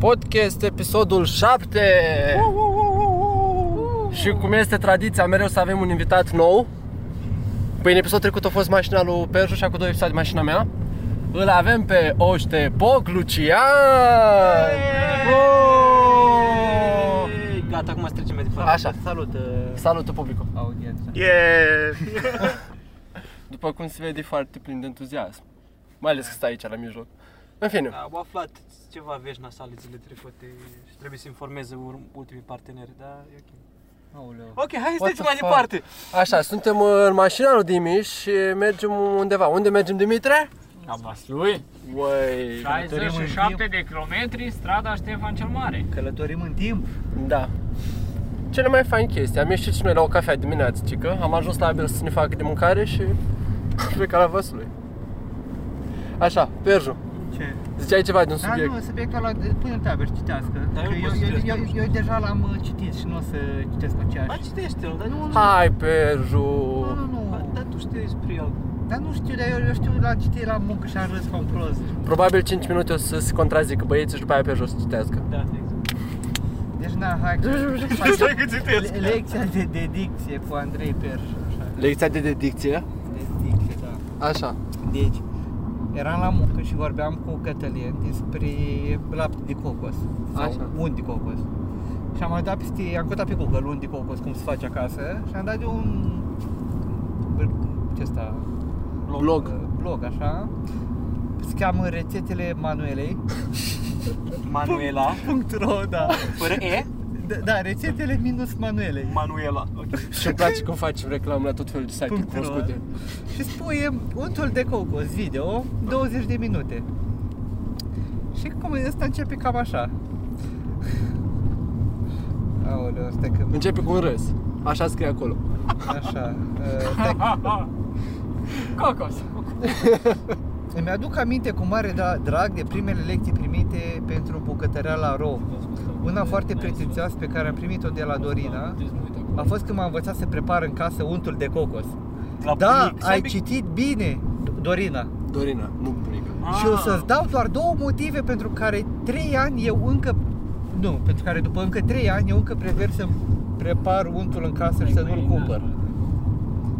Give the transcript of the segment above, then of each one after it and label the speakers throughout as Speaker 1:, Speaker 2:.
Speaker 1: Podcast, episodul 7 Și cum este tradiția, mereu să avem un invitat nou Păi în episodul trecut a fost mașina lui Perju și acum două episoade mașina mea Îl avem pe Oștepoc Lucian Wow!
Speaker 2: Ei, Gata, acum să trecem mai departe.
Speaker 1: Așa.
Speaker 2: Salut, uh,
Speaker 1: Oh! Salută publicul
Speaker 2: audiența.
Speaker 3: Yeah!
Speaker 1: După cum se vede e foarte plin de entuziasm Mai ales că stai aici la mijloc În fine,
Speaker 2: Am aflat ceva vești nasale zile trecute și trebuie să informeze ur- ultimii parteneri, dar e ok.
Speaker 4: Aoleu.
Speaker 2: Ok, hai să
Speaker 1: What
Speaker 2: trecem
Speaker 1: the
Speaker 2: mai departe.
Speaker 1: așa, suntem în mașina lui Dimiș și mergem undeva Unde mergem, Dimitre?
Speaker 4: La Vaslui,
Speaker 1: Uai,
Speaker 4: 67
Speaker 5: 67 de kilometri, strada Ștefan cel Mare.
Speaker 4: călătorim în timp.
Speaker 1: Da. Cele mai fain chestii. Am ieșit și noi la o cafea dimineață, cică. Am ajuns la Abel să ne facă de mâncare și pleca la văsului. Așa, Perju,
Speaker 4: Ce?
Speaker 1: ziceai ceva de un
Speaker 4: Da,
Speaker 1: subiect.
Speaker 4: nu, subiectul ăla, de- pune-l pe Albert, citească.
Speaker 2: Dar
Speaker 4: că
Speaker 2: eu nu
Speaker 4: eu,
Speaker 2: pot să
Speaker 4: eu,
Speaker 2: citesc,
Speaker 4: eu,
Speaker 2: nu
Speaker 4: eu, deja l-am uh, citit și nu o să citesc
Speaker 2: Ba,
Speaker 4: aceeași.
Speaker 2: citește-l, dar nu...
Speaker 1: Hai, Perju!
Speaker 4: Nu, nu, nu.
Speaker 2: Dar tu știi despre el.
Speaker 4: Dar nu știu, dar eu, eu știu la citit la muncă și am râs ca un prost.
Speaker 1: Probabil 5 minute o să se contrazică băieții și după aia Perju o să citească.
Speaker 2: Da, exact.
Speaker 4: Deci na, hai că...
Speaker 3: Stai că citesc!
Speaker 4: Le- Lecția de dedicție cu Andrei Perș, așa.
Speaker 1: Lecția de dedicție.
Speaker 4: Dedicție, da.
Speaker 1: Așa.
Speaker 4: Deci, eram la muncă și vorbeam cu Cătălin despre lapte de cocos. Sau
Speaker 1: Așa.
Speaker 4: unt de cocos. Și am mai dat peste, am căutat pe Google unt de cocos, cum se face acasă și am dat de un ce ăsta,
Speaker 1: Blog.
Speaker 4: uh, blog așa. Se cheamă rețetele manuelei.ro,
Speaker 2: Manuela,
Speaker 4: da.
Speaker 2: fără E,
Speaker 4: Da, da, rețetele minus manuelei.
Speaker 2: Manuela. Ok.
Speaker 1: Și îmi place cum facem reclamă la tot felul de site-uri
Speaker 4: Punct ro.
Speaker 1: cunoscute.
Speaker 4: și spui untul de cocos video 20 de minute. Și cum ăsta începe cam așa. Aoleu, stai că...
Speaker 1: Începe cu un râs. Așa scrie acolo.
Speaker 4: Așa. uh, Stai, că-
Speaker 5: Cocos.
Speaker 4: îmi aduc aminte cu mare da- drag de primele lecții primite pentru bucătărea la ro. Una foarte pretențioasă pe care am primit-o de la Dorina a fost când m-a învățat să prepar în casă untul de cocos.
Speaker 2: La
Speaker 4: Da,
Speaker 2: bunic.
Speaker 4: ai citit bine, Dorina.
Speaker 1: Dorina, nu bunica.
Speaker 2: Ah,
Speaker 4: Și o să-ți dau doar două motive pentru care 3 ani eu încă... Nu, pentru care după încă 3 ani eu încă prefer să prepar untul în casă
Speaker 2: Păi
Speaker 4: și să nu-l
Speaker 2: da,
Speaker 4: cumpăr.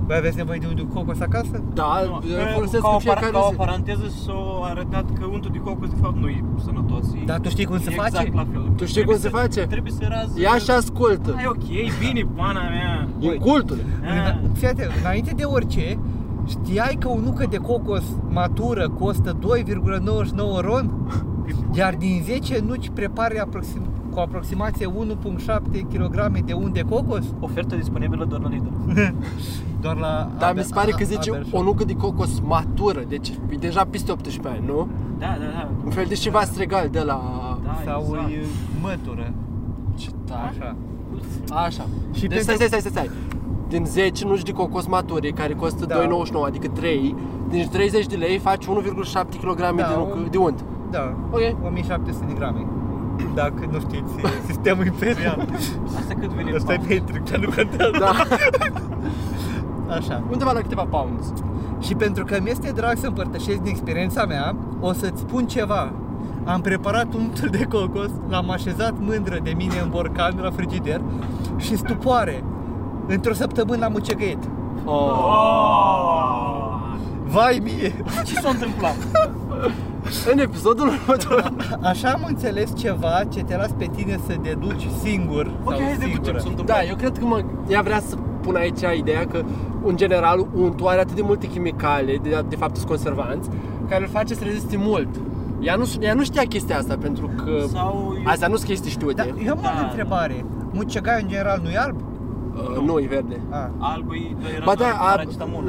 Speaker 4: Băi, aveți nevoie de un de cocos acasă?
Speaker 1: Da,
Speaker 2: Nu,
Speaker 1: eu folosesc
Speaker 2: ca,
Speaker 1: în
Speaker 2: o, par-
Speaker 1: fiecare
Speaker 2: ca o
Speaker 1: zi.
Speaker 2: paranteză s-a arătat că untul de cocos de fapt nu e sănătos. e-
Speaker 4: Dar tu știi cum se
Speaker 2: e
Speaker 4: face?
Speaker 2: Exact la fel.
Speaker 1: Tu știi
Speaker 2: Trebuie
Speaker 1: cum se
Speaker 2: să-
Speaker 1: face?
Speaker 2: Trebuie să razi...
Speaker 1: Ia și ascultă.
Speaker 2: Ah, e ok, e bine, pana mea.
Speaker 1: Din cultul.
Speaker 2: Ah.
Speaker 4: Fii atent, înainte de orice, știai că o nucă de cocos matură costă 2,99 ron? Iar din 10 nuci prepare aproxim- cu aproximație 1,7 kg de unt de cocos?
Speaker 2: Ofertă disponibilă doar la Lidl.
Speaker 4: Doar la...
Speaker 1: Dar mi
Speaker 4: Abel-
Speaker 1: se pare că
Speaker 4: a-
Speaker 1: zice
Speaker 4: Abel Shop.
Speaker 1: o nucă de cocos matură, deci e deja peste 18 ani, nu?
Speaker 2: Da, da, da.
Speaker 1: Un fel de ceva stregal de la...
Speaker 2: da
Speaker 4: sau
Speaker 2: exact. Da.
Speaker 4: e mătură.
Speaker 1: Ce tare.
Speaker 4: Așa.
Speaker 1: Așa. Și
Speaker 4: Și
Speaker 1: deci stai,
Speaker 4: pentru-
Speaker 1: stai, stai, stai, stai. Din 10 nuci de cocos mature, care costă
Speaker 4: Da.
Speaker 1: 2,99, adică 3, din 30 de lei faci 1,7 kg
Speaker 4: Da,
Speaker 1: de,
Speaker 4: un-
Speaker 1: nucă, de unt.
Speaker 4: Da,
Speaker 1: Ok.
Speaker 4: 1700 de grame. Dacă nu știți sistemul imperial.
Speaker 2: Asta cât vine?
Speaker 4: Asta e
Speaker 2: Paul?
Speaker 4: pentru că nu contează.
Speaker 1: Da.
Speaker 4: Așa.
Speaker 1: Undeva la câteva pounds.
Speaker 4: Și pentru că mi-este drag să împărtășesc din experiența mea, o să-ți spun ceva. Am preparat untul de cocos, l-am așezat mândră de mine în borcan la frigider și stupoare. Într-o săptămână l-am ucegăit.
Speaker 1: Oh.
Speaker 4: Vai mie!
Speaker 2: Ce s-a întâmplat?
Speaker 4: Da,
Speaker 1: În episodul următor.
Speaker 4: Așa am înțeles ceva ce te las pe tine să deduci singur
Speaker 2: Ok,
Speaker 4: sau
Speaker 2: hai să ne ducem,
Speaker 4: singură.
Speaker 2: s-a întâmplat.
Speaker 1: da, eu cred că mă, ea vrea să pun aici ideea că, în general, untul are atât de multe chimicale, de, de fapt sunt conservanți, care îl face să reziste mult. Ea nu, ea nu știa chestia asta, pentru că
Speaker 2: Sau eu...
Speaker 1: Astea nu sunt chestii știute.
Speaker 4: Da, eu am
Speaker 2: Da,
Speaker 4: o
Speaker 2: da.
Speaker 4: întrebare. Mucegai în general nu e alb?
Speaker 1: Uh, nu, e verde.
Speaker 4: A.
Speaker 2: Albul e doar era
Speaker 1: Ba da,
Speaker 2: la,
Speaker 1: a,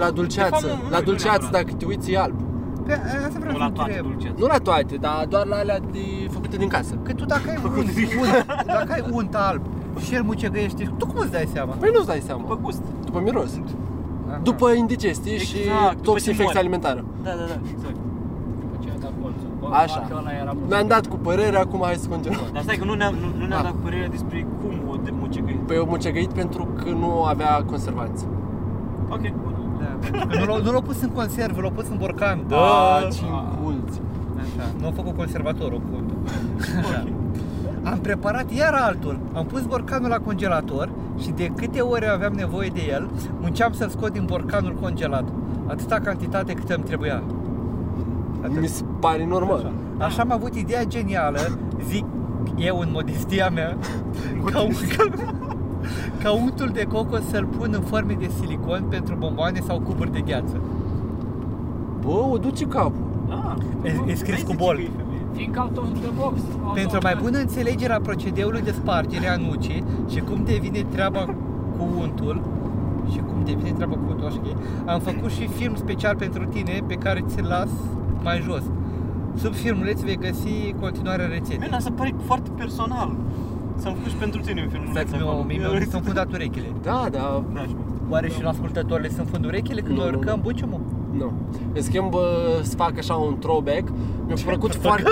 Speaker 1: la dulceață, la dulceață,
Speaker 2: dacă...
Speaker 1: dacă te uiți, e alb.
Speaker 4: Pe asta vreau
Speaker 2: Nu
Speaker 4: să
Speaker 2: la toate
Speaker 4: întreb.
Speaker 2: dulceață.
Speaker 1: Nu la toate, dar doar la alea de, făcute din casă.
Speaker 4: Că tu dacă ai unt, unt, dacă ai unt alb și el mucegăiește, tu cum îți dai seama?
Speaker 1: Păi nu-ți dai seama,
Speaker 2: După gust.
Speaker 1: după miros.
Speaker 4: Aha.
Speaker 1: După indigestie
Speaker 2: Exact,
Speaker 1: și
Speaker 2: după
Speaker 1: toxifecție
Speaker 2: timon.
Speaker 1: alimentară.
Speaker 2: Da, da, da, exact.
Speaker 1: Așa.
Speaker 5: Era
Speaker 1: Ne-am dat cu părere, acum hai să continuăm.
Speaker 2: Dar stai că nu ne-am, nu, nu ne-am
Speaker 1: Da.
Speaker 2: dat părerea despre cum o de mucegăi.
Speaker 1: Păi eu mucegăit pentru că nu avea conservanți.
Speaker 2: Ok, bun.
Speaker 4: Da, pentru că nu l-au, nu l-au pus în conservă, l-au pus în
Speaker 2: Da.
Speaker 4: borcan.
Speaker 1: ce inculți.
Speaker 4: Da. Așa, nu au făcut conservatorul cu untul. Așa. Am preparat iar altul. Am pus borcanul la congelator și de câte ori aveam nevoie de el, munceam să-l scot din borcanul congelat. Atâta cantitate cât îmi trebuia. Atât.
Speaker 1: Mi se pare normal.
Speaker 4: Așa am avut ideea genială, zic eu în modestia mea, ca, un, ca, ca untul de cocos să-l pun în forme de silicon pentru bomboane sau cuburi de gheață.
Speaker 1: Bă, o duce capul.
Speaker 2: Ah,
Speaker 4: E- e scris
Speaker 2: vezi
Speaker 4: cu
Speaker 2: de
Speaker 4: bol.
Speaker 2: ce că e femeie.
Speaker 5: Fiindcă out of the box. out
Speaker 4: Pentru o
Speaker 5: of
Speaker 4: mai
Speaker 5: the-
Speaker 4: bună înțelegere a procedeului de spargere a nucii și cum devine treaba cu untul, și cum devine treaba cu untul, așa că e, am făcut și film special pentru tine pe care ți-l las mai jos. Sub filmuleț vei găsi continuarea rețetei.
Speaker 2: Bine, asta pare foarte personal. S-a făcut și pentru tine în filmul
Speaker 4: Stai că mi-au mi-au mi s-au fundat urechile.
Speaker 1: Da, da,
Speaker 2: Da, și mie.
Speaker 4: Oare și la ascultători le sunt fund urechile când
Speaker 1: Nu,
Speaker 4: noi
Speaker 1: nu,
Speaker 4: urcăm buciumul?
Speaker 1: nu. În schimb, bă, să fac așa un throwback. Mi-a plăcut foarte...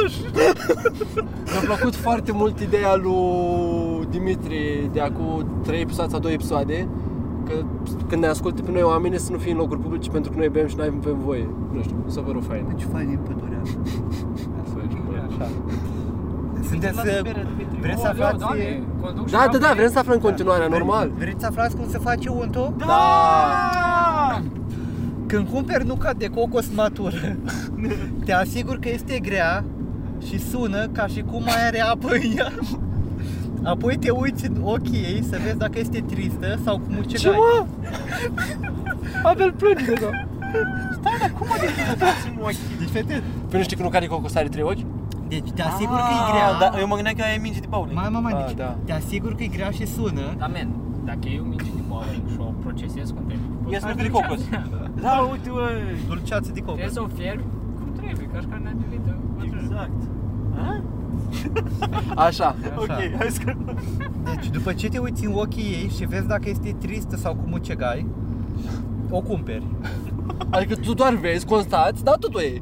Speaker 1: Mi-a plăcut foarte mult ideea lui Dimitri de acum 3 episoade sau 2 episoade că când ne ascultă pe noi oamenii să nu fie în locuri publice pentru că noi bem și noi avem voie. Nu știu, mi s-a părut fain.
Speaker 4: Ce fain e pădurea. Așa. Sunteți, uh,
Speaker 2: Las bere, Dimitri.
Speaker 4: vreți să
Speaker 5: Oh, da,
Speaker 4: aflați...
Speaker 5: doamne, conduc și
Speaker 1: Da, da,
Speaker 5: am
Speaker 1: da,
Speaker 5: venit.
Speaker 1: vrem să aflăm în continuare, normal.
Speaker 4: Vreți să aflați cum se face untul? Da.
Speaker 2: Da!
Speaker 4: Când cumperi nuca de cocos matură, te asigur că este grea și sună ca și cum mai are apă în ea. Apoi te uiți în ochii ei să vezi dacă este tristă sau cu
Speaker 1: Ce
Speaker 4: mucegai.
Speaker 1: mă? Abel plânge deja.
Speaker 2: Stai, dar cum adică te dați în ochi?
Speaker 4: Deci, fete,
Speaker 1: Păi nu știi că nu care cocos are trei ochi?
Speaker 4: deci te asigur că da, e grea.
Speaker 2: Ah, Dar eu mă gândeam că e minge de baule.
Speaker 4: Mai, mai, mai,
Speaker 1: Ah,
Speaker 4: deci
Speaker 1: da.
Speaker 4: te asigur că e grea și sună.
Speaker 5: Da, men, dacă eu mici din boală și o procesez cum trebuie.
Speaker 2: Ia să de
Speaker 5: atunci-
Speaker 2: cocos. Da, uite, uai.
Speaker 4: Dulceață de cocos.
Speaker 5: Trebuie să o fierbi cum trebuie, ca și carnea de vită.
Speaker 2: Exact.
Speaker 1: Așa.
Speaker 2: Ok,
Speaker 4: Așa.
Speaker 2: hai să
Speaker 4: Deci după ce te uiți în ochii ei și vezi dacă este tristă sau cu mucegai, o cumperi.
Speaker 1: Adică tu doar vezi, constați, dar tot o iei.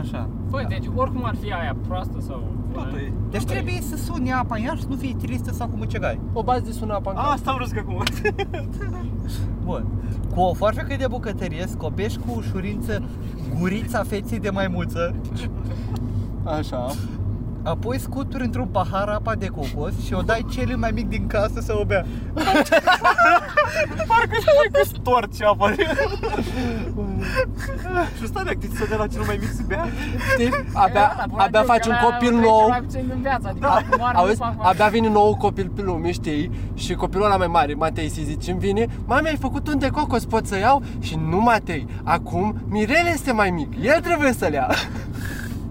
Speaker 4: Așa.
Speaker 5: Bă, deci oricum ar fi aia proastă sau...
Speaker 2: Totul e.
Speaker 4: Deci trebuie să suni apa în ea și să nu fie tristă sau cu mucegai.
Speaker 1: O bază de sună apa în cap.
Speaker 2: Asta am vrut să zic acum.
Speaker 4: Bun. Cu o farfecă de bucătărie scopești cu ușurință gurița feței de maimuță,
Speaker 1: Așa.
Speaker 4: apoi scuturi într-un pahar apa de cocos și o dai celui mai mic din casă să o bea.
Speaker 2: Parcă știi că storci apa. Și ăsta de actiți să dea la cel mai mic să bea?
Speaker 1: Știi? Abia, abia faci un copil nou. Da.
Speaker 5: în viață, adică acum ar
Speaker 1: Auzi,
Speaker 5: după acum.
Speaker 1: abia vine nou copil pe lume, știi? Și copilul ăla mai mare, Matei, să zice, îmi vine, mami, ai făcut un de cocos, pot să iau? Și nu Matei, acum Mirel este mai mic, el trebuie să-l ia.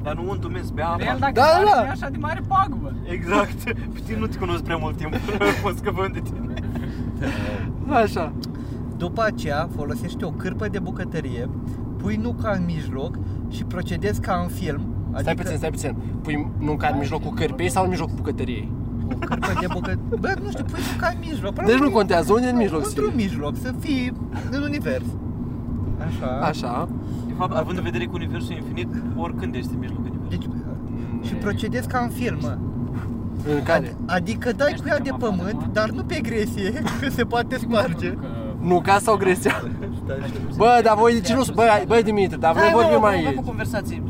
Speaker 2: Dar nu untul mers, bea
Speaker 5: El
Speaker 2: apa.
Speaker 5: dacă
Speaker 1: Da,
Speaker 5: da,
Speaker 1: da.
Speaker 5: da. e așa de mare pagubă.
Speaker 2: Exact. Pe tine nu te cunosc prea mult timp. Mă scăpăm de tine.
Speaker 1: Așa.
Speaker 4: După aceea folosești o cârpă de bucătărie, pui nuca în mijloc și procedezi ca în film. adică
Speaker 1: Stai puțin, stai puțin. Pui nunca în mijlocul cărpei sau în mijlocul bucătăriei?
Speaker 4: O cârpă de bucătărie. Bă, nu știu, pui nuca în mijloc.
Speaker 1: Deci
Speaker 4: probabil
Speaker 1: nu contează unde în mijloc să
Speaker 4: Într-un
Speaker 1: fie.
Speaker 4: mijloc, să fii în univers. Așa.
Speaker 1: Așa.
Speaker 2: De fapt, având în vedere că universul e infinit, oricând ești în mijlocul universului.
Speaker 4: Deci, și procedezi ca în film, mă.
Speaker 1: În care?
Speaker 4: Adică dai cu ea de pământ, dar nu pe agresie, că se poate sparge.
Speaker 5: Că...
Speaker 1: Nuca sau gresea? Bă, dar voi de ce nu... Bă, bă, Dimitri, dar
Speaker 2: Hai,
Speaker 1: voi
Speaker 2: mă,
Speaker 1: vorbim
Speaker 2: mă, mă,
Speaker 1: mai...
Speaker 2: cu conversații.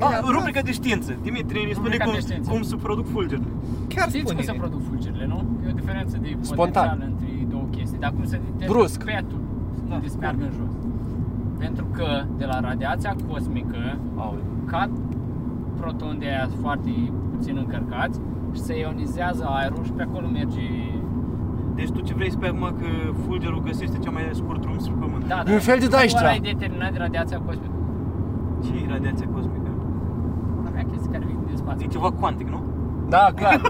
Speaker 2: A, rubrica de știință. Dimitri ne spune
Speaker 5: Rubrica
Speaker 2: cum,
Speaker 5: de știință.
Speaker 2: cum se produc fulgerele.
Speaker 4: Chiar
Speaker 5: Știți cum se
Speaker 4: spune
Speaker 5: produc fulgerile, nu? E o diferență de
Speaker 1: Spontan.
Speaker 5: potențial între două chestii. Dar cum se determină
Speaker 1: Brusc.
Speaker 5: petul
Speaker 2: Da.
Speaker 5: unde se meargă în jos? Pentru că de la radiația cosmică
Speaker 1: Aoleu.
Speaker 5: cad protoni de aia foarte puțin încărcați și se ionizează aerul și pe acolo merge...
Speaker 2: Deci tu ce vrei să spui acum că fulgerul găsește cea mai scurt drum spre pământ?
Speaker 5: Da,
Speaker 1: E un fel de Dijkstra.
Speaker 5: Ăla e determinat de radiația cosmică.
Speaker 2: Ce e radiația cosmică?
Speaker 5: Avea chestii care vin din
Speaker 2: E
Speaker 5: spațiu.
Speaker 1: Deci
Speaker 2: ceva cuantic, nu? Deci
Speaker 1: Da, clar.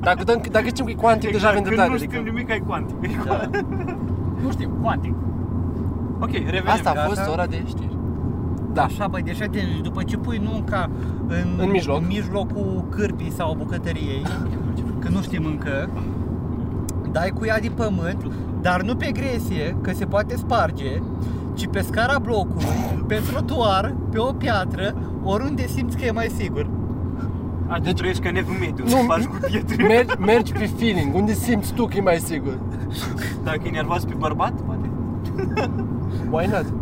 Speaker 1: Dacă, dăm, dacă știm că e cuantic, deja avem
Speaker 2: Exact, Când
Speaker 1: dreptate.
Speaker 2: nu știm
Speaker 1: adică-
Speaker 2: nimic, ai cuantic. E cuantic.
Speaker 4: Da.
Speaker 5: Nu știu, poate.
Speaker 2: Ok, revenim.
Speaker 1: Asta a
Speaker 4: Gata.
Speaker 1: fost ora de știri. Da.
Speaker 4: Așa, băi, deci atent, după ce pui nunca în,
Speaker 1: În mijloc.
Speaker 4: în mijlocul cârpii sau bucătăriei, că nu știm încă, dai cu ea din pământ, dar nu pe gresie, că se poate sparge, ci pe scara blocului, pe trotuar, pe o piatră, oriunde simți că e mai sigur.
Speaker 2: A, deci trăiești ca nevul mediu,
Speaker 1: Nu.
Speaker 2: să faci cu pietre.
Speaker 1: Mergi, mergi pe feeling, unde simți tu că e mai sigur.
Speaker 2: Dacă e nervos pe bărbat, poate.
Speaker 1: Why not?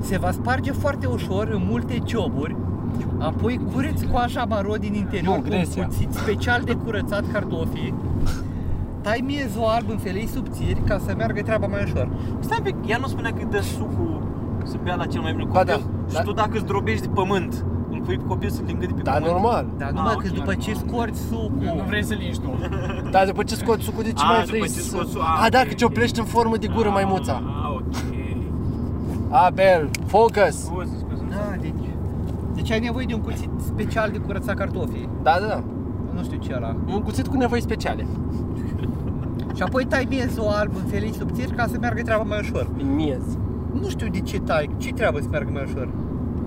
Speaker 4: Se va sparge foarte ușor în multe cioburi Apoi cureți coaja maro din interior
Speaker 1: Nu,
Speaker 4: cu un
Speaker 1: Grecia.
Speaker 4: cuțit special de curățat cartofii. Tai miezul alb în felei subțiri ca să meargă treaba mai ușor.
Speaker 2: Stai un pic, ea nu spunea că dă sucul să bea la cel mai mic
Speaker 1: Ba
Speaker 2: copil
Speaker 1: da,
Speaker 2: și
Speaker 1: da.
Speaker 2: tu dacă îți drobești de pământ, îl pui pe copil să-l îngâdi pe
Speaker 1: Dar
Speaker 2: pământ.
Speaker 1: Da, normal.
Speaker 4: Dar
Speaker 2: Ah,
Speaker 4: numai
Speaker 2: ok,
Speaker 4: că după ce scorți
Speaker 5: Nu
Speaker 4: sucul,
Speaker 5: vrei să-l ieși tu.
Speaker 1: Dar după ce scoți sucul, de ce
Speaker 2: A,
Speaker 1: mai
Speaker 2: după
Speaker 1: vrei
Speaker 2: ce
Speaker 1: să...
Speaker 2: scoți sucul, a,
Speaker 1: A, da,
Speaker 2: ok,
Speaker 1: că ți-o
Speaker 2: ok.
Speaker 1: plești în formă de gură maimuța.
Speaker 2: Ah, ok.
Speaker 1: Abel, focus!
Speaker 2: Scuze, scuze.
Speaker 4: Da, deci... Deci ai nevoie de un cuțit special de curățat cartofii.
Speaker 1: Da, da, da.
Speaker 4: Nu știu ce era.
Speaker 1: Un cuțit cu nevoi speciale.
Speaker 4: Și apoi tai miezul alb în felii subțiri ca să meargă treaba mai ușor.
Speaker 1: În miez.
Speaker 4: Nu știu de ce tai, ce treabă să meargă mai ușor?